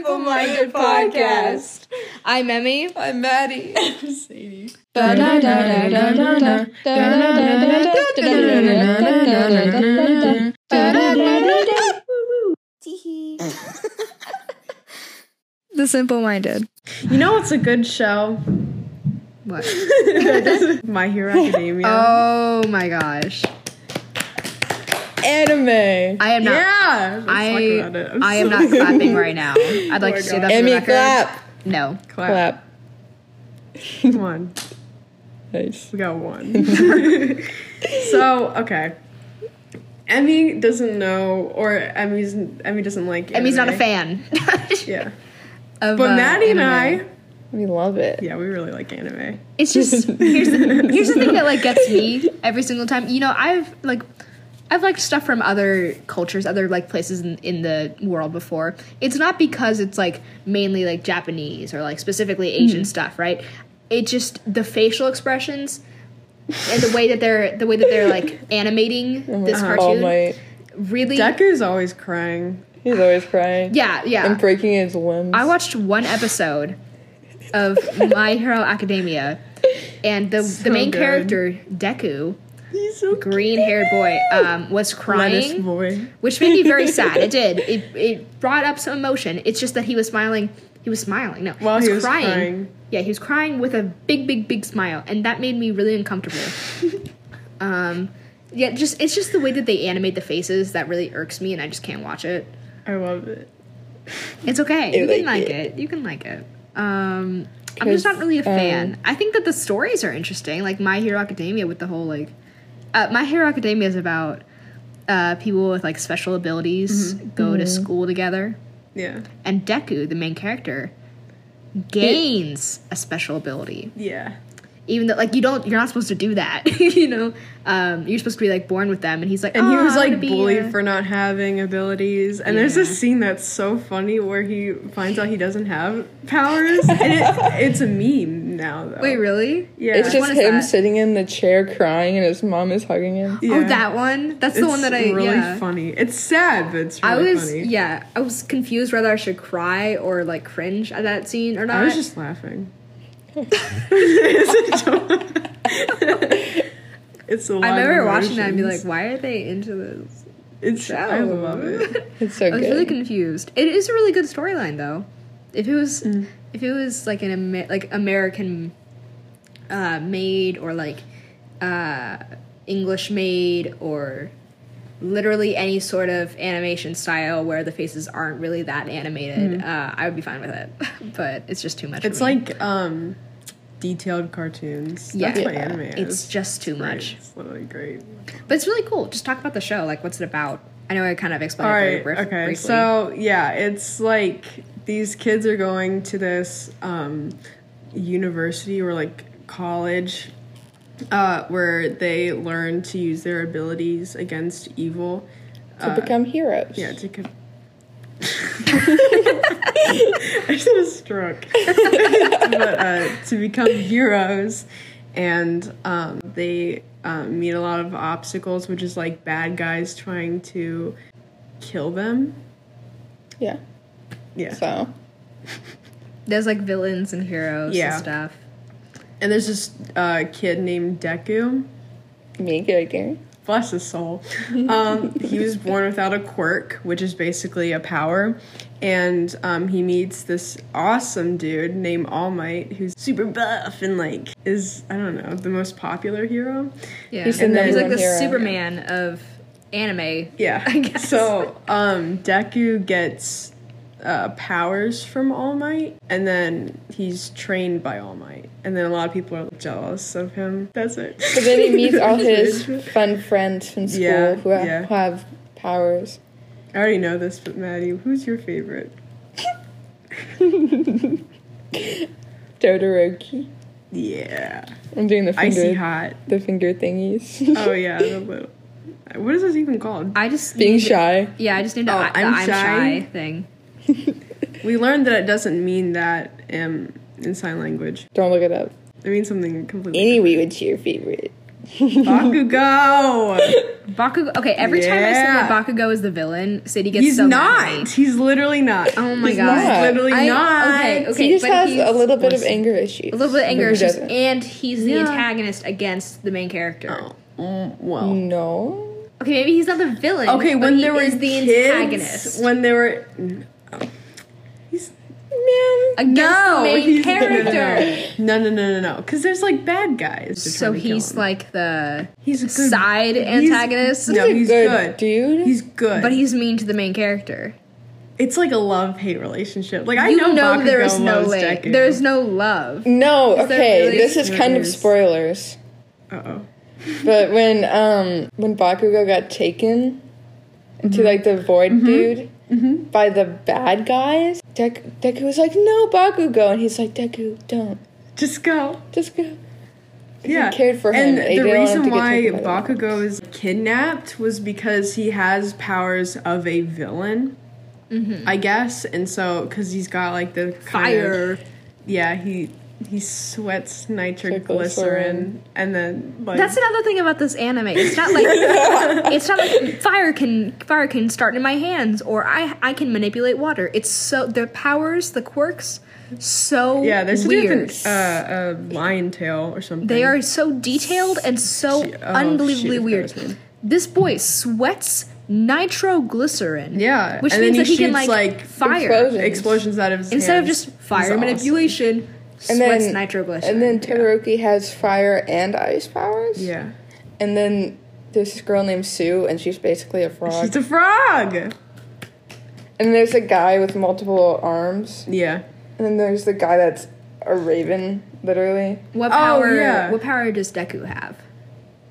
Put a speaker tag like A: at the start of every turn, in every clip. A: Episode Podcast.
B: I'm Emmy.
A: I'm Maddie.
C: Sadie.
B: The Simple Minded.
C: You know what's a good show?
B: What?
C: My Hero Academia.
B: Oh my gosh.
A: Anime.
B: I am not.
C: yeah. let's
B: I,
C: talk about it. I'm
B: I am not
C: sorry.
B: clapping right now. I'd like
C: my
B: to say
C: God.
B: that for the
A: Emmy
B: record.
A: clap.
B: No.
C: Clap.
A: Clap.
C: One.
A: Nice.
C: We got one. so okay. Emmy doesn't know, or Emmy's Emmy doesn't like.
B: Emmy's not a
C: anime.
B: fan.
C: Yeah,
B: of,
C: but
B: uh,
C: Maddie and
B: anime.
C: I,
A: We love it.
C: yeah, we really like anime.
B: It's just here's the, here's the thing that like gets me every single time. You know, I've like I've liked stuff from other cultures, other like places in, in the world before. It's not because it's like mainly like Japanese or like specifically Asian stuff, right? It just the facial expressions and the way that they're the way that they're like animating this
A: All
B: cartoon
A: Might.
B: really
C: Decker's always crying.
A: He's always crying.
B: yeah yeah
A: And breaking his limbs.
B: I watched one episode of My Hero Academia, and the the main
C: good.
B: character Deku,
C: He's so
B: green haired boy, um, was
C: Lettuce
B: crying,
C: boy.
B: which made me very sad. It did. It it brought up some emotion. It's just that he was smiling. He was smiling. No,
C: While he was crying.
B: Yeah, he was crying with a big, big, big smile, and that made me really uncomfortable. um, yeah, just it's just the way that they animate the faces that really irks me, and I just can't watch it.
C: I love it.
B: It's okay.
A: I
B: You can
A: like
B: like it. You can like it. Um, I'm just not
A: 'Cause,
C: uh,
B: really a fan. I think that the stories are interesting, like My Hero Academia with the whole like, uh, My Hero Academia is about uh, people with like special abilities
C: Mm-hmm.
B: go to school together,
C: Yeah,
B: and Deku, the main character, gains a special ability.
C: yeah.
B: Even though like you don't, you're not supposed to do that. you know, um, you're supposed to be like born with them, and he's like,
C: And he
B: "Oh,
C: was
B: I wanna
C: like
B: be
C: bullied
B: a-"
C: for not having abilities. And there's
B: Yeah.
C: this scene that's so funny where he finds out he doesn't have powers. and it, it's a meme now though.
B: Wait, really?
C: Yeah.
A: It's
B: What
A: just
B: is
A: him
B: that?
A: sitting in the chair crying and his mom is hugging him.
C: Yeah.
B: Oh, that one. That's the one that I
C: really
B: yeah.
C: funny. It's sad, but it's really
B: I was
C: funny.
B: yeah, I was confused whether I should cry or like cringe at that scene or not.
C: I was just laughing. it's a joke. It's a lot
B: I
C: of
B: remember watching that and be like,
C: emotions.
B: why are they into this?
C: it's I
B: show?"
C: love it.
A: It's so
B: I was
A: good.
B: Oh, really confused. It is a really good storyline though. If it was
C: Mm.
B: if it was like an Amer- like American uh made or like uh English made or literally any sort of animation style where the faces aren't really that animated, uh, I would be fine with it. but it's just too much. for
C: Mm. It's
B: me.
C: like um detailed cartoons.
B: Yeah.
C: That's what anime is.
B: it's just too
C: great.
B: much.
C: It's literally great.
B: But it's really cool. Just talk about the show, like what's it about. I know I kind of explained
C: All
B: it very
C: right.
B: brief-
C: okay.
B: briefly.
C: So yeah, it's like these kids are going to this um, university or like college uh, where they learn to use their abilities against evil.
A: to become heroes.
C: Yeah, to. Co- I just was struck. but uh, to become heroes, and um, they um, meet a lot of obstacles, which is like bad guys trying to kill them.
A: Yeah.
C: Yeah.
A: So
B: there's like villains and heroes
C: Yeah.
B: and stuff.
C: And there's this uh, kid named Deku.
A: me good
C: Bless his soul. Um, he was born without a quirk, which is basically a power. And um, he meets this awesome dude named All Might, who's super buff and like is I don't know the most popular hero.
B: Yeah,
A: He's
B: he's,
A: the
B: and then he's
A: number
B: like the
A: one hero.
B: Superman of anime.
C: Yeah.
B: I guess.
C: So um, Deku gets uh, powers from All Might, and then he's trained by All Might, and then a lot of people are jealous of him. That's it.
A: But then he meets all his fun friends from school
C: Yeah,
A: who, have,
C: yeah.
A: who have powers.
C: I already know this, but Maddie, who's your favorite?
A: Todoroki.
C: Yeah.
A: I'm doing the
C: Icy
A: finger,
C: hot.
A: the finger thingies.
C: Oh yeah, the little. What is this even called?
B: I just
A: Being
B: need-
A: shy.
B: Yeah, I just need to
C: Oh,
B: I, the
C: I'm
B: I'm,
C: shy?
B: shy. thing.
C: We learned that it doesn't mean that um, in sign language.
A: Don't look it up.
C: It means something completely.
A: Anyway, what's your favorite?
C: Bakugo.
B: Bakugo. Okay, every time I
C: Yeah.
B: say that Bakugo is the villain, City gets
C: He's
B: so mad at me.
C: not. He's literally not.
B: Oh my
C: He's
B: God.
C: literally
B: I-
C: not.
B: okay, okay.
A: he just
B: but
A: has
B: he's-
A: a little bit of anger issues.
B: A little bit of anger
A: Who
B: issues,
A: doesn't?
B: and he's the
C: Yeah.
B: antagonist against the main character.
C: Oh, mm, well.
A: No.
B: Okay, maybe he's not the villain.
C: Okay,
B: but
C: when
B: he
C: there were
B: is the
C: kids,
B: antagonist
C: When there were. oh. He's. Man.
B: against
C: no,
B: the main
C: he's-
B: character.
C: No, no, no, no, no. Because there's like bad guys. that
B: So
C: try to kill
B: he's
C: him.
B: like the
C: He's a good-
B: side
C: he's-
B: antagonist,
C: No,
A: He's a
C: he's
A: good
C: good.
A: dude.
C: He's good.
B: but he's mean to the main character.
C: It's like a love hate relationship. Like I
B: you
C: know,
B: know
C: Bakugo
B: there is no
C: loves
B: like,
C: Deku.
B: there is no love.
A: No,
B: there
A: okay,
B: really-
A: this is kind of
C: There's-
A: spoilers.
C: Uh oh.
A: But when um when Bakugo got taken into like the void dude by the bad guys, Dek- Deku was like, "No, Bakugo," and he's like, "Deku, don't
C: Just go.
A: just go."
C: Yeah.
A: cared for him.
C: And
A: They
C: the
A: didn't want him
C: reason
A: to get
C: why
A: taken by the
C: Bakugo is kidnapped was because he has powers of a villain.
B: Mm-hmm.
C: I guess, and so because he's got like the kind
B: Fire.
C: of- yeah, he he sweats nitroglycerin, and then like
B: That's another thing about this anime. It's not like it's not like fire can fire can start in my hands or I I can manipulate water. It's so the powers, the quirks, so
C: yeah, there's a
B: weird.
C: different uh, uh, lion tail or something.
B: They are so detailed and so
C: She- oh,
B: unbelievably
C: shoot, I forgot his
B: weird.
C: name.
B: This boy sweats nitroglycerin.
C: Yeah,
B: which
C: and then
B: means
C: he
B: that he can
C: shoots,
B: like,
C: like,
B: fire
A: explosions.
C: explosions out of his
B: instead of
C: hands
B: just
C: is
B: fire
C: awesome.
B: manipulation.
A: And
B: sweats
A: then-
B: nitroglycerin.
A: And then Todoroki has fire and ice powers.
C: Yeah,
A: And then there's this girl named Sue, and she's basically a frog.
C: she's a frog.
A: and there's a guy with multiple arms.
C: Yeah.
A: And then there's the guy that's a raven, literally.
B: what
C: Oh,
B: power?
C: yeah.
B: What power does Deku have?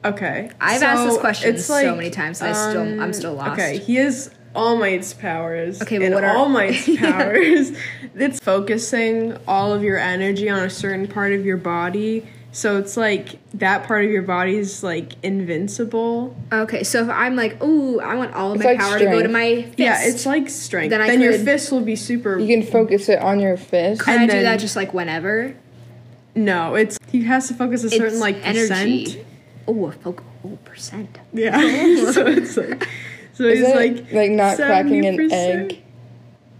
C: Okay.
B: I've asked this question
C: it's um,
B: so many times, and I still- I'm still lost.
C: Okay, he has All Might's powers.
B: Okay, but
C: and
B: what are-
C: All Might's
B: Yeah.
C: powers? It's focusing all of your energy on a certain part of your body. So it's like that part of your body is like invincible.
B: Okay, so if I'm like, ooh, I want all of
A: It's
B: my
A: like
B: power to go to
A: strength.
B: my fist.
C: Yeah, it's like strength.
B: Then
C: Then,
B: I
C: your
B: could-
C: fist will be super.
A: You can focus it on your fist.
B: Can I
C: and
B: do
C: then-
B: that just like whenever?
C: no, it's he has to focus a certain
B: it's
C: like
B: energy.
C: percent.
B: Oh, a foc- oh, percent.
C: Yeah. so it's like. So
A: Is
C: he's
A: it,
C: like
A: like, not cracking an
C: 70%?
A: egg?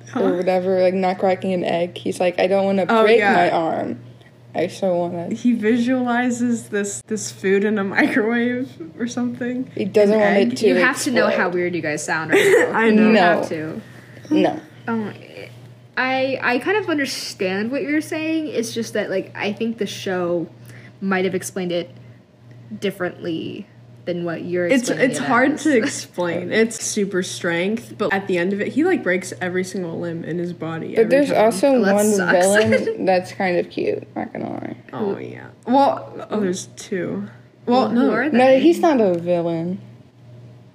C: Huh?
A: Or whatever, like not cracking an egg. He's like, I don't want to
C: Oh,
A: break
C: yeah.
A: my arm. I so want to.
C: he visualizes this this food in a microwave or something.
A: He doesn't
C: An
A: want
C: egg?
A: it to.
B: You have to know
A: explode.
B: how weird you guys sound right now.
C: I
B: You
A: know.
B: have to.
A: No.
B: Oh, I I kind of understand what you're saying. It's just that like I think the show might have explained it differently than what you're.
C: It's
B: explaining
C: it's
B: it
C: hard
B: as.
C: to explain. It's super strength, but at the end of it, he like breaks every single limb in his body.
A: But there's also
B: That
A: one
B: sucks.
A: villain that's kind of cute. Not gonna lie.
C: oh yeah. Well, oh, there's two. Well,
B: Who
C: no.
B: are they?
A: No, he's not a villain.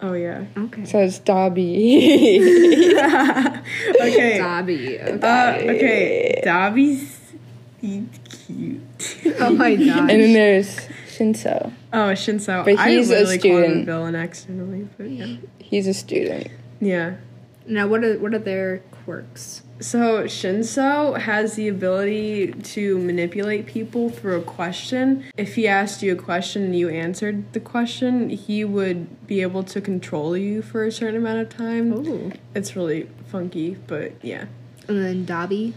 C: Oh yeah.
B: okay.
A: So it's Dobby.
C: Okay. Uh,
B: Dobby.
C: okay. Dobby's he's cute.
B: Oh my
A: and then
B: god.
A: there's Shinso.
C: Oh, Shinso.
A: But
C: I
A: he's a
C: literally called him
A: student.
C: villain accidentally, but yeah.
A: He's a student.
C: Yeah.
B: Now what are what are their quirks?
C: So Shinso has the ability to manipulate people through a question. If he asked you a question and you answered the question, he would be able to control you for a certain amount of time.
B: Ooh.
C: It's really funky, but yeah.
B: And then Dobby.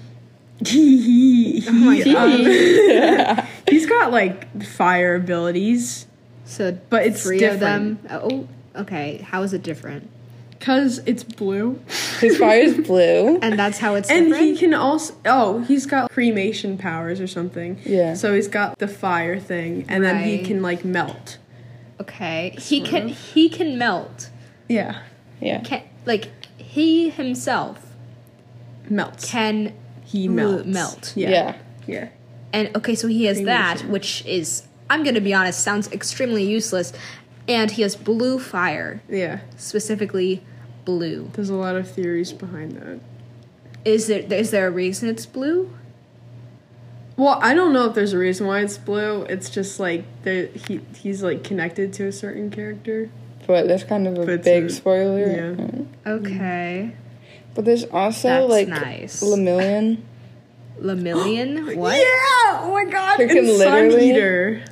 B: uh,
C: he,
B: Oh my
C: um, he's got like fire abilities
B: So
C: But it's
B: three of them. Oh, okay. How is it different?
C: because it's blue.
A: His fire is blue.
B: And that's how it's
C: And
B: different.
C: he can also oh he's got cremation powers or something.
A: Yeah.
C: So he's got the fire thing, and then he
B: Right.
C: can like melt.
B: okay. He can he can melt.
C: Yeah,
A: Yeah.
B: Can like he himself
C: melts.
B: can
C: he
B: Ooh,
C: melts.
B: melt.
A: Yeah.
C: Yeah. yeah,
B: and okay so he has that
C: Cremation.
B: which is i'm gonna be honest sounds extremely useless and he has blue fire
C: Yeah.
B: specifically blue
C: There's a lot of theories behind that.
B: is there is there a reason it's blue
C: Well, I don't know if there's a reason why it's blue. It's just like there he he's like connected to a certain character.
A: But that's kind of a
C: But it's
A: big
C: a-
A: spoiler.
C: yeah.
B: okay
A: But there's also
B: That's
A: like
B: nice.
A: Lemillion.
B: lamillion what
C: Yeah! Oh my god!
A: You can
C: and Sun
A: literally-
C: Eater.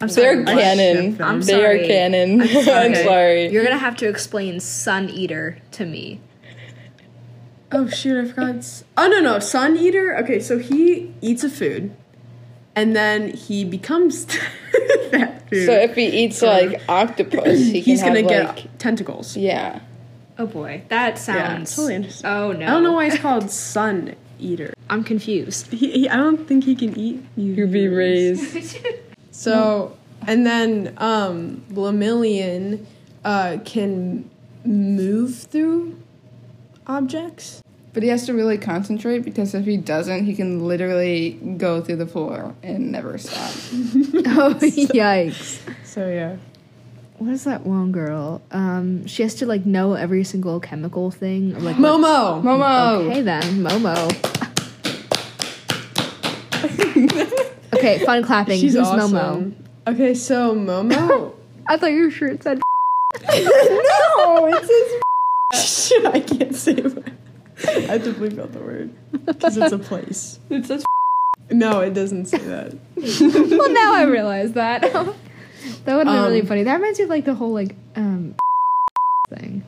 B: I'm
D: They're
B: sorry. what?
D: canon.
C: I'm
D: they
B: sorry.
D: are canon. I'm sorry.
B: Okay. You're gonna have to explain Sun Eater to me.
C: Oh shoot, I forgot. s- Oh no, no, Sun Eater. Okay, so he eats a food, and then he becomes that food.
D: so if he eats like octopus, he
C: He's
D: can
C: gonna
D: have,
C: get
D: like,
C: tentacles.
D: yeah.
B: Oh boy, that sounds.
C: totally interesting.
B: Oh no,
C: I don't know why it's called Sun Eater.
B: I'm confused.
C: He, he, I don't think he can eat. You
D: You'll be raised.
C: So and then um, Blamillion uh, can move through objects.
A: But he has to really concentrate because if he doesn't, he can literally go through the floor and never stop.
B: oh yikes!
C: So yeah.
B: What is that one girl? Um, she has to like know every single chemical thing. Or, like what-
C: Momo.
A: Momo!
B: Okay then, Momo. okay, fun clapping.
C: She's
B: Who's
C: awesome.
B: Momo?
C: Okay, so Momo.
B: I thought your shirt said.
C: no, it says. Shit, I can't say. It. I have to bleep out the word because it's a place.
A: It says
C: No, it doesn't say that.
B: well, now I realize that. that would have been really
C: Um,
B: funny. That reminds me of like the whole like um thing.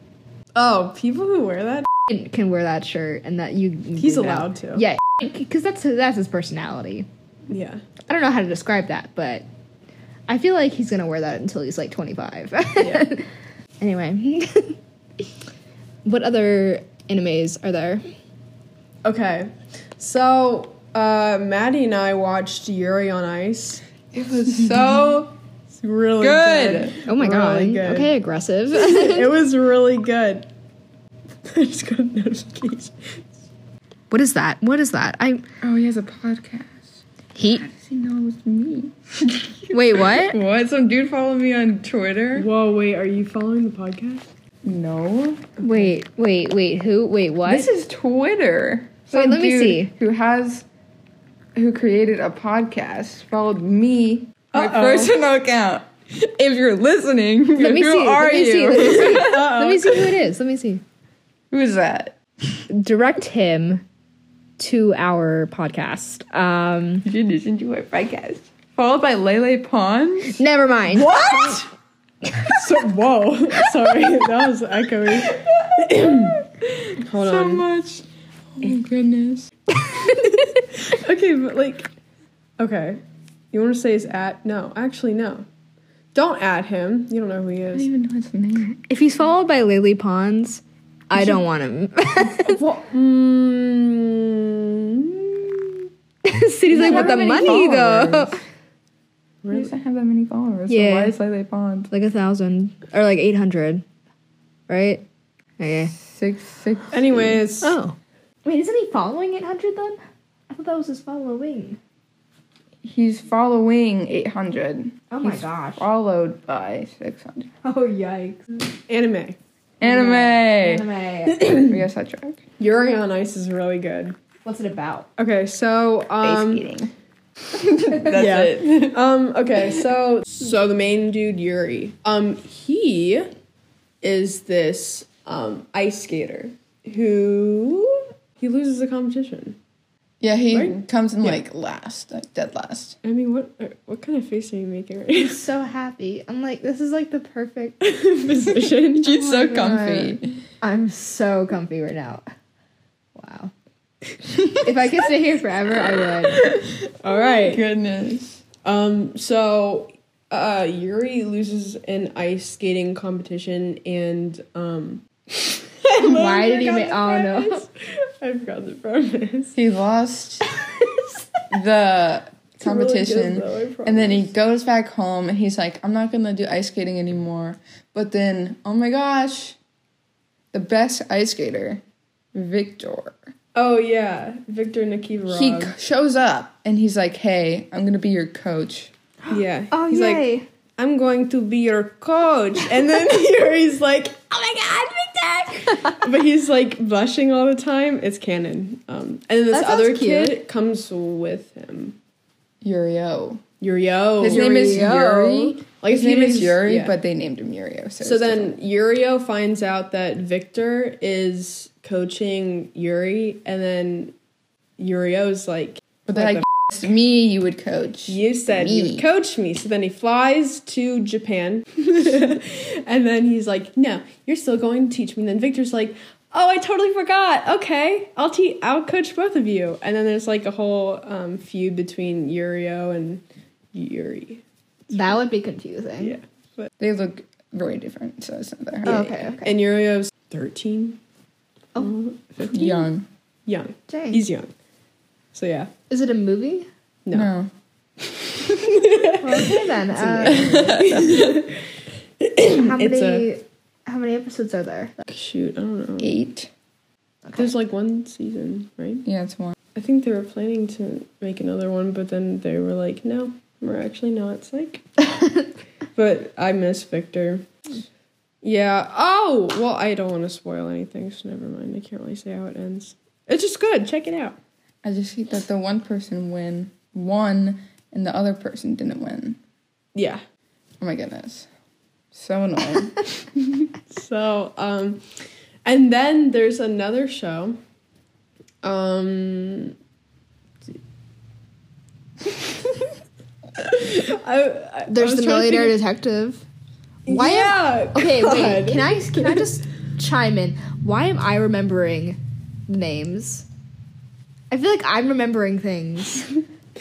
C: Oh, people who wear that.
B: Can- Can wear that shirt and that you. you
C: He's
B: do know.
C: allowed to.
B: Yeah, because that's that's his personality.
C: Yeah.
B: I don't know how to describe that, but I feel like he's gonna wear that until he's like 25. anyway, what other animes are there?
C: Okay. So, uh, Maddie and I watched Yuri on Ice.
A: It was so
C: It's really
A: Good.
C: good.
B: Oh my god.
C: Really good.
B: Okay, aggressive.
C: It was really good. I just got a notification.
B: what is that? What is that? I
A: Oh, he has a podcast.
B: he
A: Does he know it was me?
B: wait. What?
A: What? Some dude followed me on Twitter?
C: Whoa, wait, are you following the podcast?
A: No.
B: Wait. Wait. Wait. Who? Wait. What?
A: This is Twitter. Some
B: let me
A: dude
B: see.
A: Who has who created a podcast followed me, my
C: Uh-oh.
A: personal account. If you're listening,
B: let me
A: who
B: see.
A: are
B: let me
A: you?
B: see. Let me see. let me see who it is. Let me see.
A: Who's that?
B: Direct him to our podcast. Um.
A: You should listen to our podcast. Followed by Lele Pons.
B: Never mind.
A: What?
C: So, whoa, sorry, that was echoing. Hold
A: so
C: on.
A: much. Oh my goodness.
C: Okay, but like, okay. You want to say his at? No, actually, no. Don't add him. You don't know who he
A: I
C: is.
A: don't even know his name.
B: If he's followed by Lily Pons, I don't want him.
C: Well, mm,
B: City's like, with the
A: many
B: money though?
A: followers? He doesn't have that many followers.
B: Yeah.
A: So why is Lele Pons?
B: Like a thousand or like eight hundred, right? Okay.
A: Six six
C: anyways,
B: Oh. Wait, isn't he following 800 then? I thought that was his following.
A: he's following eight hundred.
B: Oh my gosh.
A: Followed by six hundred.
B: Oh, yikes.
C: anime.
A: Anime.
B: Anime.
A: we got sidetracked.
C: Yuri on Ice is really good.
B: What's it about?
C: Okay, so um,
A: eating. That's
C: Yeah.
A: it.
C: um, okay, so so the main dude Yuri, um, he is this um ice skater who he loses a competition.
A: Yeah, he
C: Right?
A: comes in like last, like dead last.
C: I mean, what what kind of face are you making right now?
B: So happy. I'm like, this is like the perfect.
C: Position.
A: She's so comfy.
B: I'm so comfy right now. Wow. if I could stay here forever, I would.
C: All right.
A: Goodness.
C: Um, so uh Yuri loses an ice skating competition and um
B: Why did he make? Oh no.
C: I forgot the premise.
A: He lost the
C: It's really good,
A: competition.
C: though, I
A: and then he
C: promise.
A: goes back home and he's like, I'm not gonna do ice skating anymore. But then, oh my gosh, the best ice skater, Victor.
C: Oh yeah, Victor Nikiforov.
A: He c- shows up and he's like, Hey, I'm gonna be your coach.
C: yeah.
B: Oh
C: He's like,
B: yay.
C: I'm going to be your coach. And then Yuri's like, oh my god, Victor! but he's like blushing all the time. It's canon. Um, and then this
B: That sounds
C: other
B: cute.
C: kid comes with him.
A: Yurio.
C: Yurio.
A: His name is Yuri.
C: Like,
A: His name is
C: he's-
A: Yuri,
C: yeah.
A: but they named him Yurio. So,
C: So
A: it's
C: then Yurio finds out that Victor is coaching Yuri, and then Yurio's like,
A: But they're
C: What
A: like, asked me, you would coach.
C: You said you
A: Me.
C: would coach me. So then he flies to Japan. and then he's like, No, you're still going to teach me. And then Victor's like, Oh, I totally forgot. Okay, I'll te- I'll coach both of you. And then there's like a whole um, feud between Yurio and Yuri.
B: That would be confusing.
C: Yeah. But
A: They look very different, so it's not that hard.
B: Oh, okay, okay.
C: and uh, Yurio's 13,
B: Oh,
A: Young.
C: Mm-hmm. young.
B: dang.
C: He's young. So yeah.
B: Is it a movie?
C: No.
A: No.
B: Well, okay then. Uh, how
C: It's
B: many? how many episodes are there?
C: Shoot, I don't know.
A: Eight.
C: There's like one season, right?
A: Yeah, it's one.
C: I think they were planning to make another one, but then they were like, no, we're actually not psych. but I miss Victor. Yeah. Oh, well, I don't want to spoil anything, so never mind. I can't really say how it ends. It's just good. Check it out.
A: I just hate that the one person win won and the other person didn't win.
C: Yeah.
A: Oh my goodness. So annoying.
C: So, um, and then there's another show. Um, I, I,
B: There's the millionaire
C: millionaire.
B: detective. Why
C: yeah.
B: am okay? Wait,
C: God.
B: can I can I just chime in? Why am I remembering names? I feel like I'm remembering things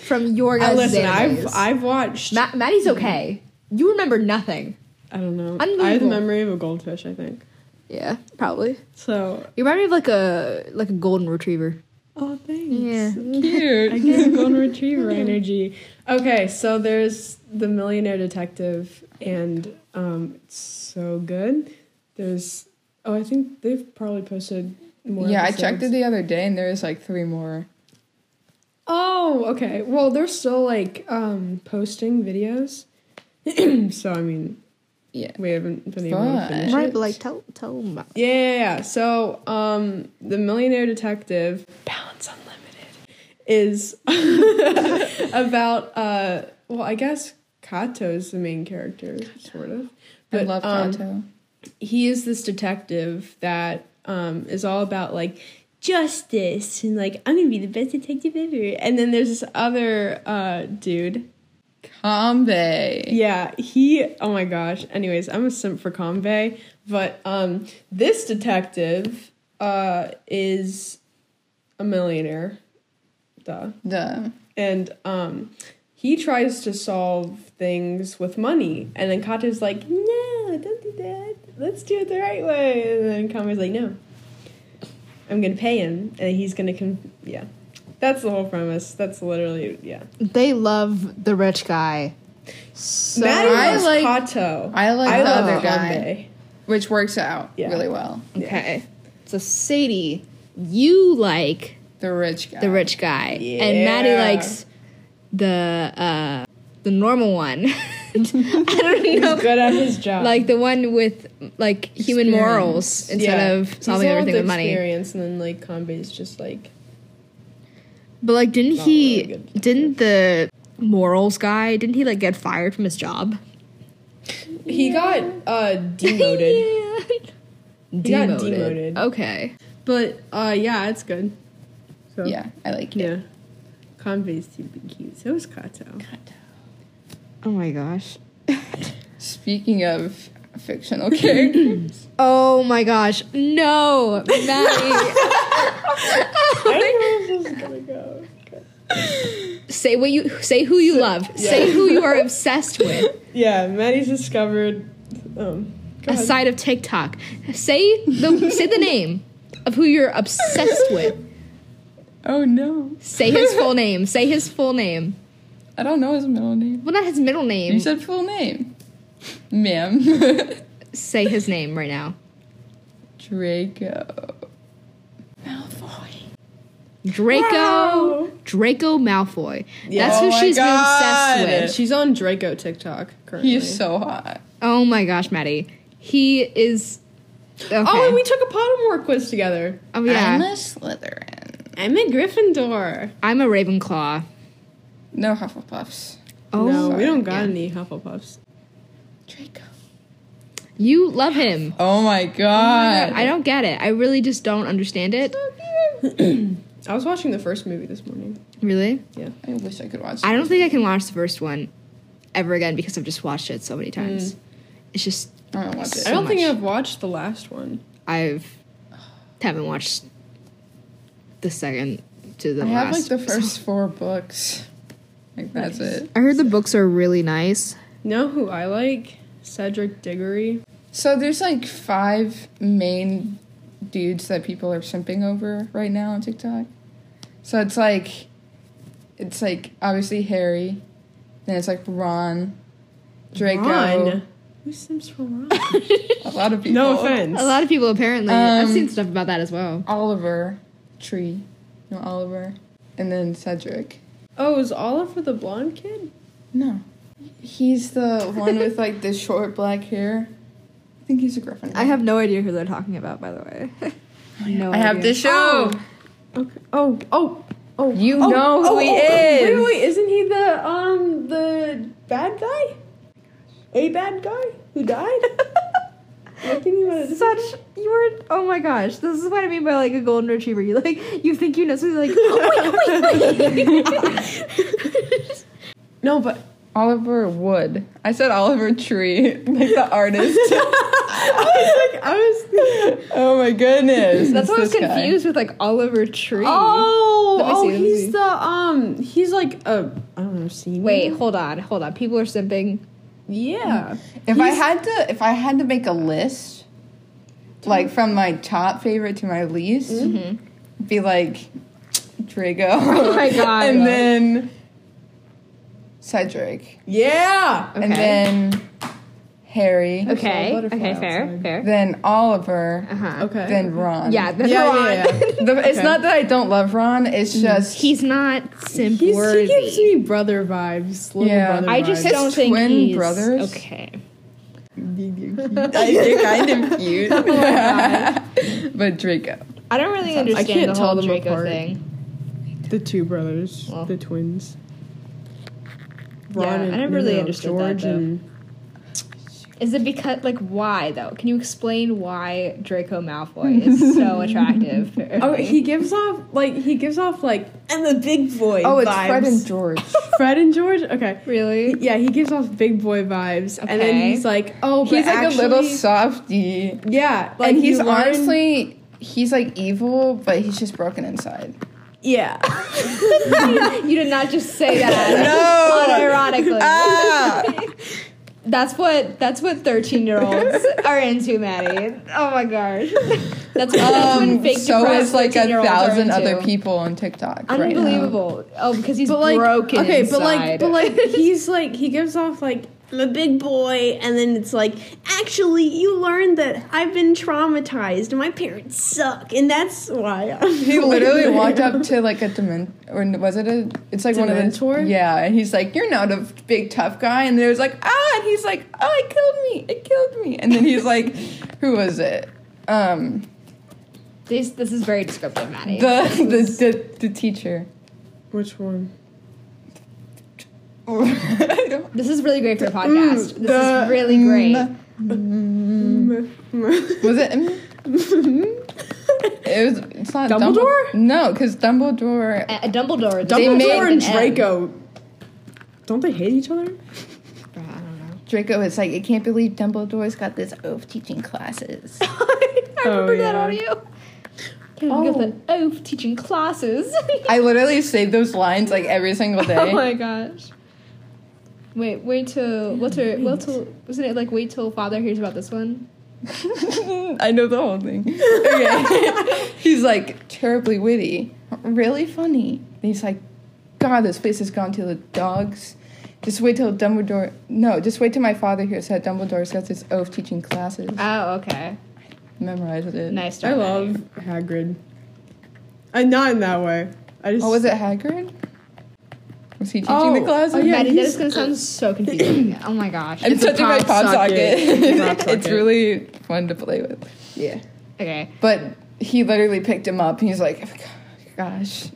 B: from your
C: Uh,
B: guys'
C: listen,
B: animes.
C: I've I've watched.
B: Ma- Maddie's okay. You remember nothing.
C: I don't know. I have the
B: Unbelievable.
C: memory of a goldfish. I think
B: Yeah, probably.
C: so.
B: You remind me of like a like a golden retriever.
C: Oh, thanks.
B: Yeah.
C: Cute. I get golden retriever energy. Okay, so there's the millionaire detective, and um, it's so good. There's oh, I think they've probably posted more.
A: yeah, I
C: episodes.
A: checked it the other day and there was like three more.
C: Oh, okay. Well, they're still like um posting videos. so I mean,
A: Yeah.
C: we haven't been able to
A: Fun.
C: finish it.
B: tell tell them.
C: Yeah, yeah, yeah. So, um, the Millionaire Detective, Balance Unlimited, is about uh, well, I guess Kato is the main character, sort of.
A: I love
C: um,
A: Kato.
C: he is this detective that um, is all about like justice and like I'm gonna be the best detective ever. And then there's this other uh, dude.
A: Kambe.
C: Yeah, he. Oh my gosh. Anyways, I'm a simp for Convey, but um, this detective uh is a millionaire, duh,
A: Duh.
C: and um, he tries to solve things with money, and then Kata's like, no, don't do that. Let's do it the right way, and then Convey's like, no, I'm gonna pay him, and he's gonna con- yeah. That's the whole premise. That's literally yeah.
B: They love the rich guy. So
C: Maddie
A: I
C: loves
A: like-
C: Kato.
A: I like the
C: love
A: other guy.
C: Convey.
A: Which works out
C: Yeah.
A: really well.
B: okay. So Sadie, you like
A: The rich guy.
B: the rich guy, and Maddie
C: Yeah.
B: likes the uh the normal one. I don't know.
C: good at his job.
B: Like the one with like human
A: Experience.
B: morals instead
C: Yeah.
B: of
C: He's
B: solving
C: the one
B: everything with money.
C: Experience, and then like Kanbei's just like
B: But like, didn't
C: Not
B: he?
C: really good.
B: didn't the morals guy? Didn't he like get fired from his job?
C: he got uh demoted.
B: yeah.
C: He got
B: Demoted.
C: demoted.
B: Okay.
C: but uh yeah, it's good. So
A: Yeah, I like it.
C: yeah. Kanbei's too big cute. So is Kato.
B: Oh my gosh.
A: Speaking of fictional characters,
B: Oh my gosh. No, Maddie.
C: I don't know where this is gonna go.
B: say what you say. Who you love. Say who you are obsessed with.
C: Yeah, Maddie's discovered. Um, go ahead.
B: Aside of TikTok, say the say the name of who you're obsessed with.
A: oh no,
B: Say his full name. Say his full name.
A: I don't know his middle name.
B: Well, not his middle
A: You
B: name.
A: said full name, ma'am.
B: Say his name right now.
A: Draco Malfoy.
B: Draco.
C: Wow.
B: Draco Malfoy.
C: Yeah.
B: That's
A: Oh
B: who
A: my
B: she's been
A: God.
B: obsessed with.
C: She's on Draco TikTok currently.
A: He is so hot.
B: Oh my gosh, Maddie. He is. Okay.
C: Oh, and we took a Pottermore quiz together.
B: Oh, yeah.
A: I'm
B: I'm
A: a
B: a,
A: Slytherin.
C: I'm a Gryffindor.
B: Ravenclaw.
A: No Hufflepuffs.
B: Oh,
C: no, we don't got
B: yeah.
C: any Hufflepuffs.
A: Draco.
B: You love him.
A: Oh my god.
B: I don't get it. I really just don't understand it.
C: I was watching the first movie this morning.
E: Really?
A: I wish I could watch.
E: I don't think I can watch the first one ever again because I've just watched it so many times. It's just
A: Mm. I don't watch it.
C: I don't think
E: much.
C: I've watched the last one.
E: I've haven't watched the second to the
A: I have
E: last.
A: like the first four books. Like that's it.
E: I heard the books are really nice.
C: Know who I like? Cedric Diggory.
A: So there's like five main dudes that people are simping over right now on TikTok. So it's like, it's like obviously Harry, then it's like Ron, Draco,
C: Ron. Who sims for Ron?
A: a lot of people.
C: no offense.
E: A lot of people apparently. I've
A: Um,
E: seen stuff about that as well.
A: Oliver, Tree, no Oliver, and then Cedric.
C: Oh, is Oliver the blonde kid?
A: No, he's the one with like the short black hair. I think he's a Gryffindor.
B: I have no idea who they're talking about, by the way. no
A: I have
B: idea.
A: this show.
C: Okay. Oh, oh, oh.
A: You
C: oh,
A: know who
C: oh,
A: he
C: oh,
A: is.
C: Wait, wait, isn't he the um the bad guy? A bad guy who died? I'm thinking about it.
B: Such you were oh my gosh, this is what I mean by like a golden retriever. You like you think you know something like oh wait,
C: No, but
A: Oliver Wood. I said Oliver Tree, like the artist.
C: I was.
A: oh my goodness.
B: That's
A: it's
B: why I was
A: this guy.
B: confused with like Oliver Tree.
C: Oh,
B: Let me
C: oh,
B: see, let me
C: he's
B: see.
C: the um, he's like a I don't know, senior.
B: Wait, hold on, hold on. People are simping.
C: yeah.
A: If I had to if I had to make a list like from my top favorite to my least, it'd be like Drago. Oh
B: Mm-hmm. my God.
A: and then Cedric.
C: Yeah.
A: And then Harry.
B: Okay.
C: butterfly
B: Okay, fair, fair.
A: Then Oliver.
B: Uh-huh.
C: Okay.
A: Then Ron.
B: Yeah, that's
C: Yeah,
B: yeah,
C: yeah, yeah.
A: The- it's not that I don't love Ron, it's
B: Mm-hmm.
A: just
E: He's not simp
C: He's, he
E: worthy.
C: gives me brother vibes. Little
A: Yeah.
C: brother
E: I just
A: His
E: don't think
A: twin
E: he's
A: brothers?
E: okay.
A: I think kind of cute. but Draco.
B: I don't really
C: I
B: understand
C: can't
B: the
C: tell
B: whole
C: them
B: Draco
C: apart.
B: thing.
C: the two brothers, the twins.
B: Yeah, I never really understood that, though.
C: and
B: Is it because like why though? Can you explain why Draco Malfoy is so attractive?
C: oh, he gives off like he gives off like and the big boy.
A: Oh, it's
C: vibes.
A: Fred and George.
C: Fred and George. Okay,
B: really?
C: yeah, he gives off big boy vibes, and then
B: Okay.
C: he's like, oh, but
A: he's like
C: actually,
A: a little softy.
C: yeah, like
A: and he's
C: you learn-
A: honestly he's like evil, but he's just broken inside.
C: yeah.
B: You did not just say that
A: No.
B: unironically. That's what that's what thirteen year olds are into, Maddie. Oh my gosh, that's what, that's what
A: um,
B: fake
A: so
B: depressed
A: is like a
B: 13-year-olds are
A: thousand
B: into.
A: other people on TikTok. Right
B: Unbelievable. Oh, because he's
C: But like,
B: broken.
C: okay,
B: inside.
C: but like, but like, he's like, he gives off like the big boy, and then it's like, actually, you learned that I've been traumatized. My parents suck, and that's why. I'm
A: now. He literally walked up to like a dement or was it a? It's like one
C: Dementor?
A: of the yeah, and he's like, "You're not a big tough guy," and there's like, "Ah," and he's like, "Oh, it killed me! It killed me!" And then he's like, "Who was it?" Um,
B: this this is very descriptive, Maddie.
A: the the the, the teacher.
C: Which one?
A: I don't
B: this is really great for a podcast. this
C: the-
B: is really great.
A: Was it? mm? it was. It's not
C: Dumbledore?
A: Dumbledore. No, because Dumbledore.
B: A, a Dumbledore.
A: They made
C: Dumbledore
B: an
C: and
B: M.
C: Draco. Don't they hate each other?
A: Draco is like, I can't believe Dumbledore's got this oaf teaching classes.
B: I remember that
C: Oh, yeah.
B: audio. Can oh. get the oaf teaching classes.
A: I literally say those lines like every single
B: oh
A: day.
B: my gosh. Wait, wait till what's her? Wait till wasn't it like wait till father hears about this one?
A: I know the whole thing. Okay. he's like terribly witty, really funny. And he's like, God, this place has gone to the dogs. Just wait till Dumbledore. No, just wait till my father hears that Dumbledore's got this oaf teaching classes.
B: Oh, okay.
A: Memorized it.
B: Nice.
C: I
B: try,
C: love
B: Maddie.
C: Hagrid. Uh, not in that way. I just.
A: Oh, was it Hagrid? Was he teaching
C: Oh,
A: the class?
C: oh, yeah.
B: Maddie, that
C: he's-
B: is gonna sound so confusing. oh my gosh.
A: I'm
C: a
A: such a great
C: pop
A: pop socket.
C: socket. It's a pop
A: it's
C: socket.
A: really fun to play with.
C: Yeah.
B: Okay.
A: But he literally picked him up. and He's like, "Oh gosh,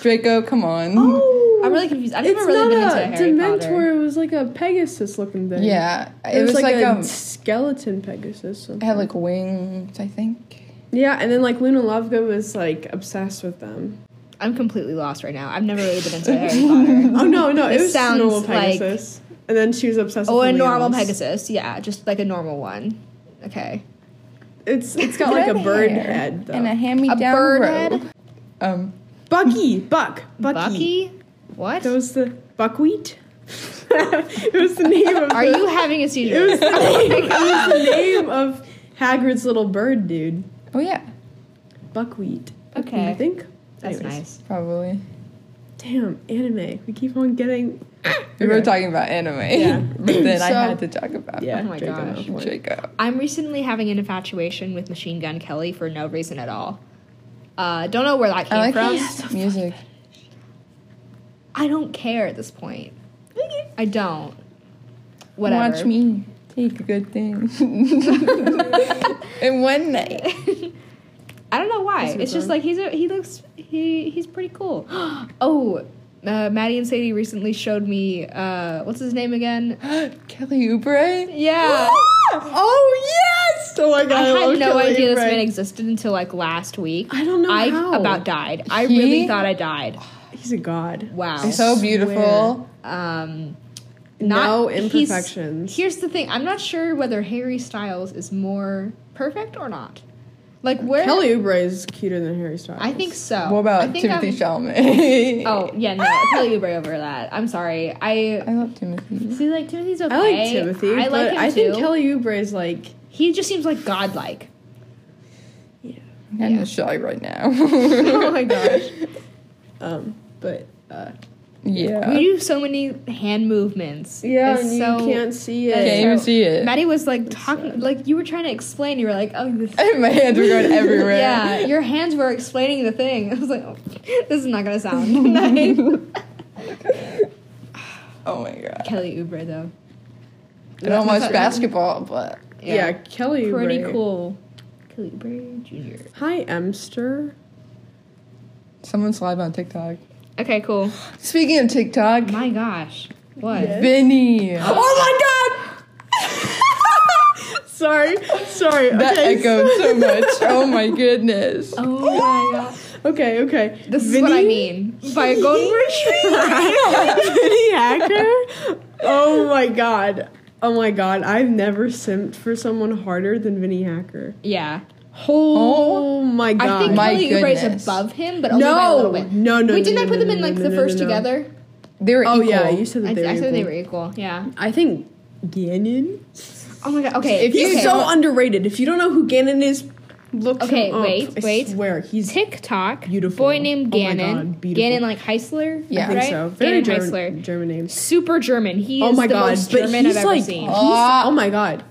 A: Draco, come on.
C: Oh,
B: I'm really confused. I've
C: it's
B: never really been
C: not
B: into
C: a
B: Harry
C: Dementor.
B: Potter.
C: It was like a Pegasus looking thing.
A: Yeah,
C: It, was, like, a
A: um,
C: skeleton Pegasus.
A: it
C: something.
A: had like wings, I think.
C: Yeah, and then like Luna Lovegood was like obsessed with them.
B: I'm completely lost right now. I've never really been into Harry Potter.
C: Oh no, no, it
B: This
C: was just a
B: sounds
C: normal
B: like-
C: Pegasus. and then she was obsessed
B: Oh,
C: with
B: a
C: something
B: normal
C: else.
B: Pegasus. Yeah, just like a normal one. Okay.
C: It's it's got like a bird
A: hair
C: head though.
A: and a hand-me-down
B: A bird
A: robe.
B: head?
A: Um,
C: Bucky, Buck, Bucky.
B: Bucky? What?
C: That was the buckwheat. it was the name of
B: Are
C: the,
B: you Oh having a
C: it
B: seizure?
C: was the name, it was the name of Hagrid's little bird dude.
A: oh yeah,
C: Buckwheat. Buckwheat,
B: Okay.
C: I think.
B: That's
C: Anyways.
B: nice.
A: probably.
C: Damn, anime. We keep on getting
A: We were
C: Okay.
A: talking about anime,
C: Yeah.
A: but then I
C: So-
A: had to talk about
C: Yeah.
B: Oh my
C: Draco
B: gosh.
C: Malfoy.
A: Jacob.
B: I'm recently having an infatuation with Machine Gun Kelly for no reason at all. Uh, don't know where that came
A: I like
B: from.
A: his music.
B: I don't care at this point. I don't. Whatever.
A: Watch me take good things in one night.
B: I don't know why. It's just like he's a, he looks he he's pretty cool. oh, uh, Maddie and Sadie recently showed me uh, what's his name again?
A: Kelly Oubre.
B: Yeah.
C: Oh yes! Oh my god!
B: I
C: love
B: had no
C: Kelly
B: idea this
C: Oubre.
B: man existed until like last week.
C: I don't know
B: I
C: how.
B: about died. I
A: He-
B: really thought I died.
C: He's a god.
B: Wow.
A: So beautiful.
B: Um,
C: no
B: he's-
C: imperfections.
B: Here's the thing: I'm not sure whether Harry Styles is more perfect or not. Like where?
C: Kelly Oubre is cuter than Harry Styles.
B: I think so.
A: What
B: I
A: about
B: think
A: Timothy
B: I'm-
A: Chalamet?
B: Oh yeah, no, Kelly Oubre over that. I'm sorry. I
A: I love Timothy.
B: see like Timothy's okay.
C: I like Timothy.
B: I like
C: but
B: him
C: I
B: too.
C: think Kelly Oubre is like
B: he just seems like godlike.
A: I'm kind of shy right now.
B: oh my gosh,
C: um but uh
B: we
A: yeah.
B: do so many hand movements.
C: yeah,
B: It's
C: and you
B: so,
C: can't see
B: that's
A: Can't
C: it.
B: so-
A: even see it.
B: Maddie was like talking, like you were trying to explain. You were like, oh, this
A: My hands were going everywhere.
B: Yeah, your hands were explaining the thing. I was like, oh, this is not gonna sound nice.
A: Oh my god.
B: Kelly Oubre though,
A: I don't watch basketball, but
C: Yeah,
B: yeah.
C: Kelly
B: pretty
C: Oubre.
B: cool. Kelly Oubre Jr.
C: Hi, Emster.
A: someone's live on TikTok.
B: Okay, cool.
A: Speaking of TikTok,
B: My gosh, what?
A: Vinny.
C: Oh my god! sorry, sorry.
A: That
C: okay,
A: echoed so much. Oh my goodness.
B: Oh my god,
C: Okay, okay.
B: this is what I mean by golden retriever.
C: Vinny Hacker? Oh my god. Oh my god, I've never simped for someone harder than Vinny Hacker.
B: yeah,
C: Oh, my god.
B: I think
A: My
B: Kelly Oubre is
A: goodness.
B: above him, but only by a
C: no,
B: little
C: no,
B: bit.
C: no, no.
B: Wait, didn't
C: no,
B: I put
C: no,
B: them
C: no,
B: in like
C: no,
B: the
C: no,
B: first
C: no, no.
B: together?
A: They were
C: Oh
A: equal.
C: yeah, you said
B: I,
C: that they
B: I
C: were.
B: said they
C: equal.
B: were equal. Yeah.
C: I think Gannon.
B: Oh my god. Okay.
C: He's
B: okay.
C: so underrated. If you don't know who Gannon is, look
B: Okay,
C: him up.
B: wait,
C: I
B: wait.
C: Swear, he's
B: TikTok.
C: Beautiful.
B: Boy named
C: Oh my
B: Gannon.
C: God, beautiful.
B: Gannon like Heisler. Yeah,
A: Yeah. I
C: I think
B: right?
C: so. Very
B: Gannon
C: German,
B: Heisler.
C: German name.
B: Super German. He
C: Oh
B: is
C: my
B: the
C: god,
B: most
C: but
B: German
C: he's
B: I've ever
C: like,
B: seen.
C: he's, oh my god,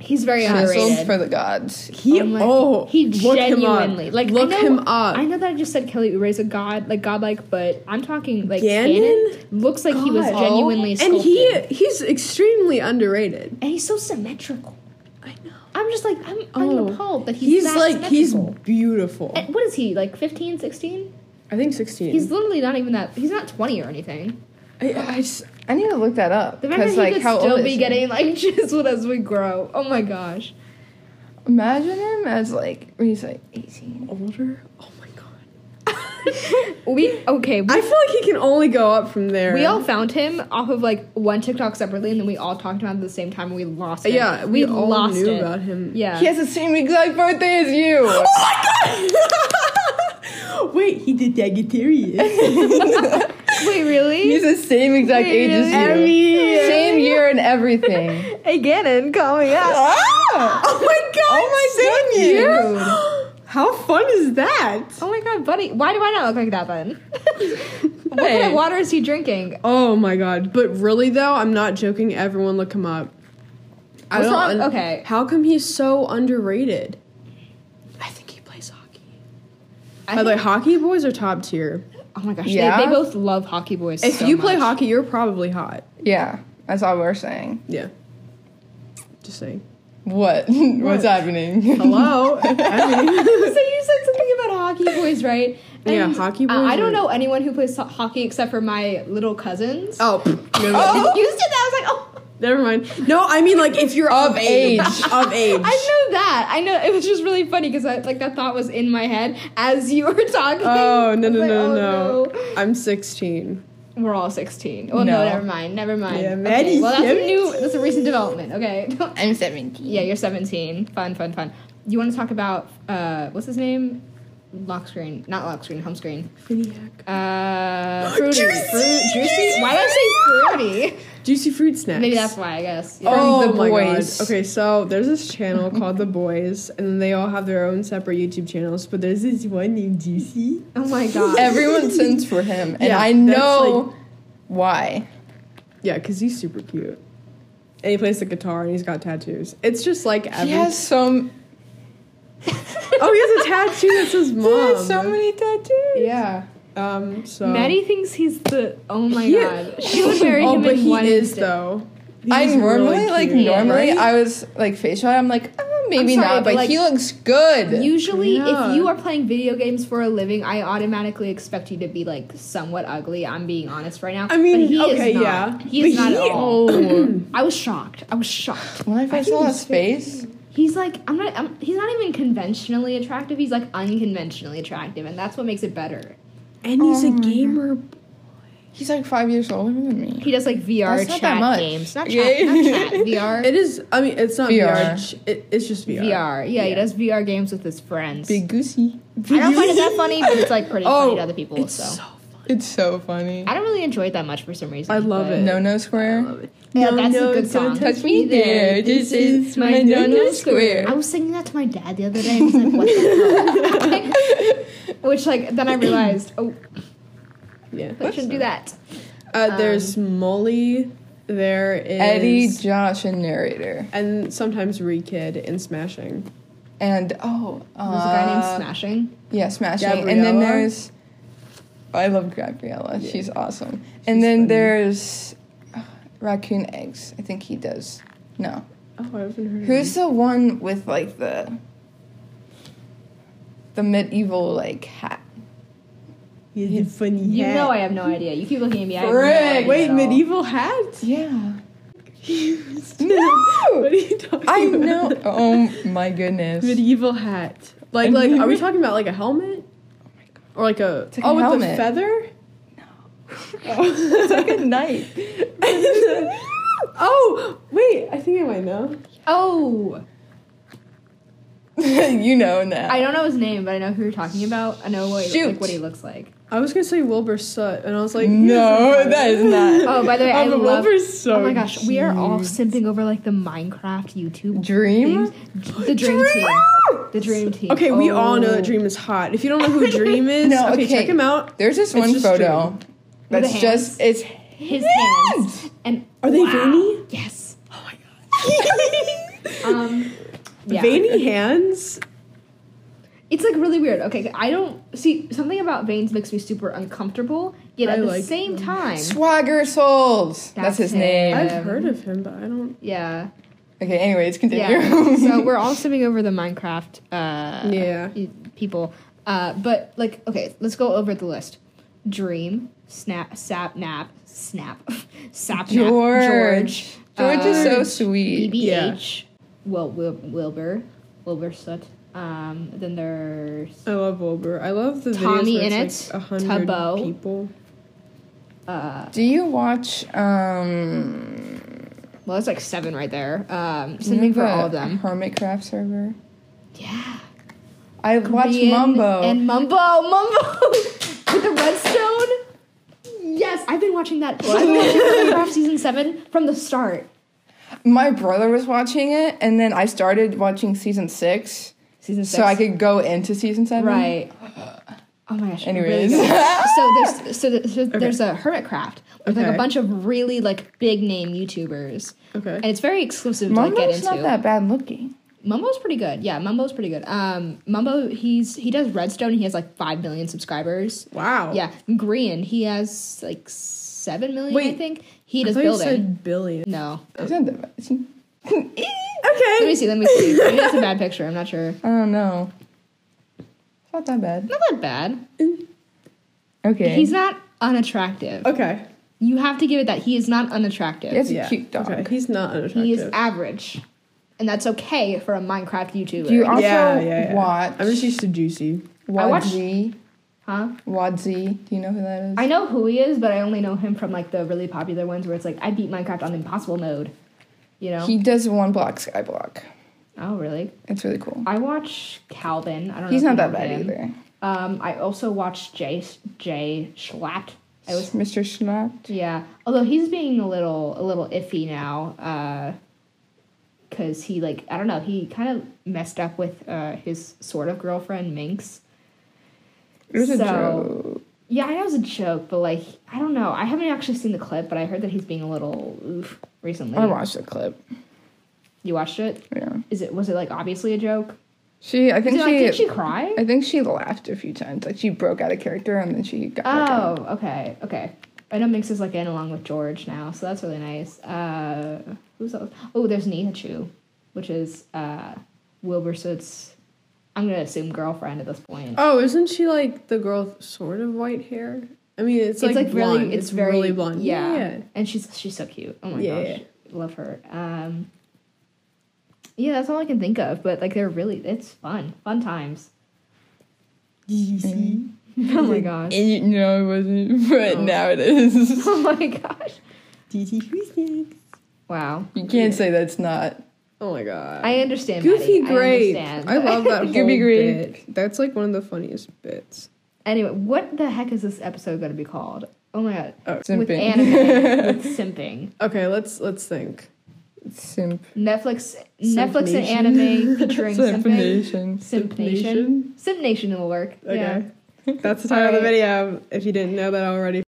B: He's very
A: Cancelled
B: underrated.
A: for the gods.
C: he
B: Oh
C: oh,
B: my- he
C: look
B: genuinely
C: him up.
B: like
C: look
B: I know,
C: him up.
B: I know that I just said Kelly Oubre is a god, like godlike, but I'm talking like
C: Gannon?
B: Gannon looks like he was
C: God.
B: genuinely sculpted.
C: and he he's extremely underrated.
B: and he's so symmetrical.
C: I know.
B: I'm just like I'm,
C: Oh.
B: I'm appalled that he's,
C: He's,
B: that
C: like he's
B: symmetrical.
C: beautiful.
B: And what is he like 15, 16?
C: I think sixteen.
B: He's literally not even that. He's not 20 or anything.
C: I, I just,
A: I need to look that up
B: The fact that
A: because
B: he
A: like
B: could
A: how
B: still
A: old is
B: be
A: he?
B: getting like chiseled as we grow. Oh my gosh.
A: Imagine him as like when he's like eighteen.
C: older. Oh my god.
B: We okay. We,
C: I feel like he can only go up from there.
B: we all found him off of like one TikTok separately, and then we all talked about it at the same time, and we lost it.
C: yeah, we, all
B: lost
C: knew
B: it.
C: about him.
B: Yeah.
A: He has the same exact birthday as you.
C: Oh Wait, he did Dagatarius.
B: Wait, really?
A: He's the same exact age as you. Same year and everything.
B: Hey, Gannon, call me out.
C: oh my god! Oh my same year. How fun is that?
B: Oh my god, buddy. Why do I not look like that then? what kind of
C: Hey.
B: water is he drinking?
C: Oh my god! But really though, I'm not joking. Everyone, look him up. I
B: What's
C: don't.
B: wrong- okay.
C: How come he's so underrated? I think he plays hockey.
B: I
C: By the way,
B: think-
C: hockey boys are top tier.
B: oh my gosh,
A: Yeah.
B: they, they both love hockey boys.
C: If
B: so
C: you play
B: much.
C: hockey, you're probably hot.
A: Yeah, that's all we're saying.
C: Yeah. Just saying.
A: What? What's happening?
C: Hello. I mean,
B: so you said something about hockey boys, right?
C: Yeah, hockey
B: uh, I
C: boys
B: don't
C: are-
B: know anyone who plays ho- hockey except for my little cousins.
C: oh. pff, no, no.
B: You said that. I was like, oh.
C: Never mind. No, I mean like if you're of, age, of
B: I
C: age.
B: know that. I know it was just really funny because I like that thought was in my head as you were talking.
C: Oh no
B: I was
C: no
B: like,
C: no
B: oh,
C: no! I'm 16.
B: We're all sixteen. Well, no,
A: No.
B: never mind. Never mind.
C: Yeah,
B: Okay,
C: Maddie's
B: Well, that's a new. That's a recent development. Okay.
A: I'm 17.
B: yeah, you're seventeen. Fun, fun, fun. You want to talk about uh, what's his name? Lock screen, not lock screen, home screen. Uh, fruity,
C: Juicy!
B: fruit, juicy. Why did I say fruity?
C: Juicy fruit snacks.
B: Maybe that's why. I guess. Yeah.
C: Oh
A: The
C: my
A: Boys.
C: god. Okay, so there's this channel called The Boys, and they all have their own separate YouTube channels. But there's this one named Juicy.
B: Oh my god.
A: Everyone sends for him, and
C: Yeah,
A: I
C: that's
A: know why.
C: Yeah, because he's super cute, and he plays the guitar, and he's got tattoos. It's just like every.
A: He has some.
C: Oh, he has a tattoo that says
A: He
C: mom.
A: has so many tattoos. Yeah.
C: Um. So.
B: Maddie thinks he's the. Oh my
C: He-
B: god. She would marry
C: oh,
B: him
C: but
B: in
C: he
B: one
C: is
B: instant.
C: though.
A: I
C: He's
A: normally
C: really
A: like
C: cute.
A: normally
C: Right?
A: I was like facial. I'm like oh, maybe
B: sorry,
A: not,
B: but,
A: but,
B: like,
A: he looks good.
B: Usually,
C: Yeah.
B: if you are playing video games for a living, I automatically expect you to be like somewhat ugly. I'm being honest right now.
C: I mean,
B: but he
C: okay,
B: is not.
C: yeah.
B: he is
C: But
B: not
C: he- Oh.
B: at all. I was shocked. I was shocked.
A: when I first saw his face,
B: He's like, I'm not. I'm, he's not even conventionally attractive. He's like unconventionally attractive, and that's what makes it better.
C: and he's a gamer.
A: he's like five years older than me.
B: He does like VR
A: That's not
B: chat
A: that much.
B: games, not chat,
A: Yeah.
B: not chat VR.
C: It is. I mean, it's not
A: VR.
C: VR. It, it's just VR.
B: VR, yeah, he does VR games with his friends.
A: Big goosey.
B: I don't find it that funny, but it's like pretty
A: Oh,
B: funny to other people. so.
A: It's so funny.
B: I don't really enjoy it that much for some reason.
C: I love
B: but-
C: it.
A: No no square.
B: Yeah, that's a good song.
C: don't
A: Touch me there. This is my no no
B: I
A: square.
B: was singing that to my dad the other day. I was like, what the hell? Which, like, then I realized, oh,
C: Yeah.
B: I shouldn't do that. Um,
C: Uh, there's Molly. There is
A: Eddie, Josh, and narrator,
C: and sometimes Rekid in Smashing.
A: and oh, uh,
B: There's a guy named Smashing.
A: Yeah, smashing. And then
C: Gabriella.
A: there's I love Gabriella. She's awesome. and then
C: funny.
A: there's uh, Raccoon Eggs. I think he does. No.
C: Oh, I haven't heard. of
A: Who's the one with like the the medieval like hat?
C: He has a funny
B: You
C: hat.
B: know I have no idea. You keep looking at me. I have no
A: Frick.
B: idea
C: Wait,
B: at all.
C: medieval hat?
A: Yeah.
C: what are
A: No.
C: you talking
A: I
C: about?
A: know. Oh my goodness.
C: Medieval hat. Like, like, are we talking about like a helmet? Or like a
A: like
C: oh
A: a
C: with the
A: helmet.
C: feather?
A: Good night.
C: Oh wait, I think I might know.
B: Oh,
A: you know now.
B: I don't know his name, but I know who you're talking about. I know what,
A: Shoot.
B: like, what he looks like.
C: I was gonna say Wilbur Sut, and I was like,
A: No, that is not.
B: Oh, by the way, I
C: Oh, but
B: love.
C: Wilbur's so.
B: oh my gosh, we are all simping over like the Minecraft YouTube
A: Dream?
B: things. The Dream, Team. The Dream Team.
C: Okay, we all know that
B: Oh.
C: Dream is hot. If you don't know who Dream is,
A: No,
C: okay,
A: okay.
C: check him out.
A: There's this
C: It's
A: one
C: just
A: photo
B: the
A: that's just it's
B: his hands. And
C: Are they veiny?
B: yes.
C: Oh
B: Um yeah.
C: Veiny hands?
B: It's like really weird. Okay, I don't see something about veins makes me super uncomfortable. Yet
C: I
B: at the
C: like
B: same time,
A: Swagger Souls.
B: That's
A: That's, his
B: it.
A: name.
B: I-
C: I've heard of him, but I don't.
B: yeah,
A: Okay, anyways, continue.
B: yeah. so we're all simming over the Minecraft uh,
C: Yeah.
B: y- people. Uh, but like, okay, let's go over the list. Dream, snap, sap, nap, snap, sap, nap,
A: George.
B: George,
A: George is so
B: uh,
A: sweet.
B: BBH, well, Wil- Wilbur, Wilbur Soot. Um, then there's
C: I love Wilbur. I love the
B: Tommy
C: videos where
B: in
C: it's
B: it,
C: like a hundred
B: Tubbo.
C: people.
B: uh,
A: Do you watch um
B: well, that's like seven right there. Um, something for
A: the
B: all of them.
A: Hermitcraft server?
B: Yeah.
A: I watch
B: Korean
A: Mumbo.
B: and Mumbo, Mumbo with the redstone. Yes, I've been watching that. I've been watching Minecraft season seven from the start.
A: My brother was watching it and then I started watching season 6
B: Season
A: so I could go into season 7.
B: right. Oh my gosh. really
A: Anyways.
B: good. so there's so, th- so there's a Hermitcraft with like
C: Okay.
B: a bunch of really like big name YouTubers,
C: Okay.
B: and it's very exclusive to like, get
A: Mumbo's
B: into.
A: not that bad looking.
B: Mumbo's pretty good. Yeah, Mumbo's pretty good. Um, Mumbo he's he does redstone. He has like five million subscribers.
C: wow.
B: Yeah, Green. He has like seven million, I
C: Wait,
B: think. He
C: I
B: does
C: thought you
B: building.
C: said billion.
B: no.
A: It's not that bad. It's-
B: Let me
C: Okay.
B: see. Let me see. Maybe that's a bad picture. I'm not sure.
A: I don't know. It's not that bad.
B: Not that bad.
A: Okay.
B: He's not unattractive.
C: Okay.
B: You have to give it that. He is not unattractive.
A: It's
C: Yeah.
A: a cute dog.
C: Okay, He's not unattractive.
B: he is average. And that's okay for a Minecraft YouTuber.
A: Do you also
C: yeah, yeah, yeah.
A: watch
C: I'm just used to juicy.
B: I watch-
A: Wadzi?
B: huh?
A: Wadzi? Do you know who that is?
B: I know who he is, but I only know him from like the really popular ones where it's like I beat Minecraft on impossible mode. You know?
A: He does one block skyblock.
B: oh, really?
A: It's really cool.
B: I watch Calvin. I don't.
A: He's
B: know if
A: not
B: you
A: that
B: know
A: bad
B: him.
A: either.
B: Um, I also watch Jay Jay Schlatt. I was
A: Mr. Schlatt.
B: yeah. Although he's being a little a little iffy now. Uh, Cause he like I don't know he kind of messed up with uh his sort of girlfriend Minx.
A: It was a
B: So-
A: joke.
B: Yeah, I know it was a joke, but like I don't know. I haven't actually seen the clip, but I heard that he's being a little oof recently.
A: I watched the clip.
B: You watched it?
A: Yeah.
B: Is it was it like obviously a joke?
A: She, I
B: Did
A: think
B: like,
A: she,
B: did she cry?
A: I think she laughed a few times. Like she broke out of character and then she got back in.
B: Oh, okay, okay. I know Mix is like in along with George now, so that's really nice. Uh, who's else? Oh, there's Nihachu, which is uh, Wilbur Soot's. I'm gonna assume girlfriend at this point.
C: Oh, isn't she like the girl with sort of white hair? I mean, it's,
B: it's like,
C: blonde.
B: really, it's, very
C: really blonde.
B: Yeah. and she's she's so cute. Oh my
C: Yeah.
B: gosh, love her. Um, yeah, that's all I can think of. But like, they're really it's fun, fun times. oh my gosh.
A: And, no, it wasn't, but now it is.
B: Oh my gosh. Wow.
A: You can't say that's not.
C: Oh my god.
B: I understand.
C: Goofy
B: Maddie.
C: Grape.
B: I,
C: I,
B: understand.
C: love that whole
A: Goofy Grape.
C: bit. That's like one of the funniest bits.
B: Anyway, what the heck is this episode going to be called? Oh my god. With
A: Simping.
B: anime, with simping.
C: Okay, let's let's think.
A: Simp.
B: Netflix, Netflix and
C: Nation.
B: anime featuring
A: Simp
B: simping.
A: nation.
B: Simp
C: Simp
B: Nation.
C: Nation.
B: Simp Nation will work.
C: Okay.
B: Yeah.
C: That's the title of the
B: Alright.
C: video if you didn't know that already.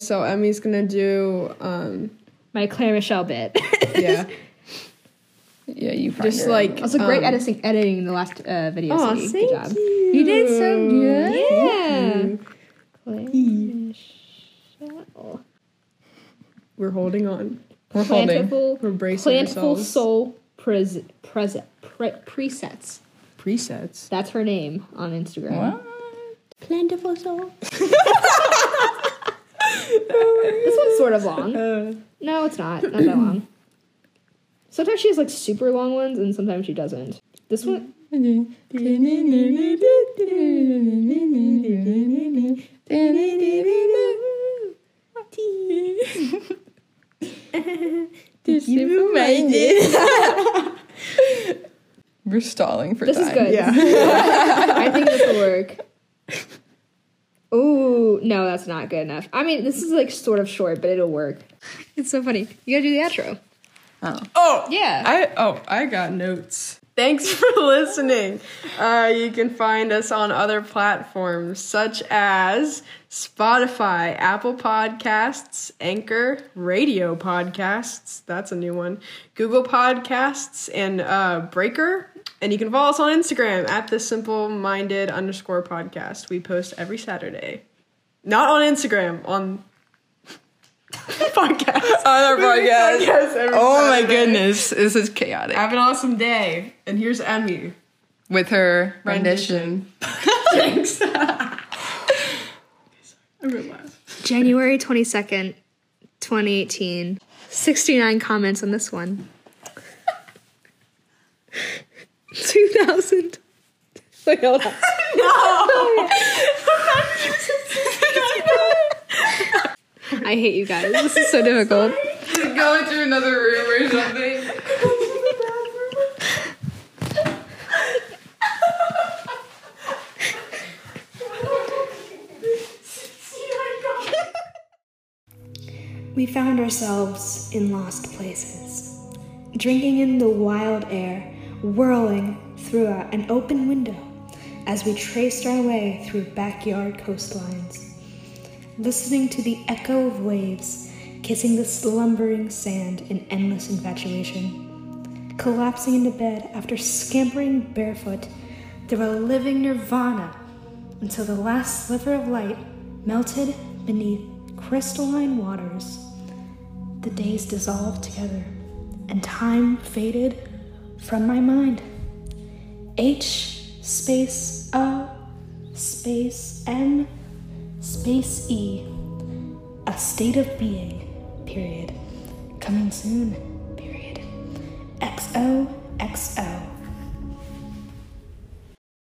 C: So Emmy's gonna do um
B: My Claire Michelle bit.
C: yeah.
A: Yeah, you find
C: just
A: her.
C: like
B: also, great
C: um,
B: editing editing in the last uh, video.
C: Aw,
B: Sadie.
C: thank
B: Good job.
C: you.
B: You did so good.
C: Thank you.
B: Claire Michelle.
C: We're holding on.
A: we're holding.
B: Plantful,
C: We're bracing
B: plantful
C: ourselves.
B: soul pres, pres, pre, presets.
C: Presets.
B: That's her name on Instagram.
A: What?
B: Plentiful soul. this one's sort of long. no, it's not. Not that long. Sometimes she has like super long ones, and sometimes she doesn't. This one,
A: We're stalling for
B: this
A: time.
B: is good.
C: Yeah.
B: I think this will work. Ooh, no, that's not good enough. I mean, this is like sort of short, but it'll work. It's so funny. You gotta do the outro.
C: Oh
B: Yeah.
C: I oh I got notes. Thanks for listening. Uh, you can find us on other platforms such as Spotify, Apple Podcasts, Anchor, Radio Podcasts. That's a new one. Google Podcasts and uh, Breaker. And you can follow us on Instagram at the Simple Minded underscore podcast. We post every Saturday. Not on Instagram on podcast.
A: Other podcast.
C: Podcast every
A: Oh my
C: Saturday.
A: goodness, this is chaotic.
C: Have an awesome day. And here's Emmy.
A: With her
C: Rendition.
A: rendition.
C: Thanks. I realized.
E: January 22nd, 2018. 69 comments on this one. 2000.
B: Wait, hold on.
E: I hate you guys. This is so difficult.
A: Go into another room or something.
F: we found ourselves in lost places, drinking in the wild air, whirling through a- an open window as we traced our way through backyard coastlines, listening to the echo of waves kissing the slumbering sand in endless infatuation, collapsing into bed after scampering barefoot through a living nirvana until the last sliver of light melted beneath crystalline waters. The days dissolved together, and time faded from my mind. H space O space M space E. A a state of being, period. Coming soon, period. XOXO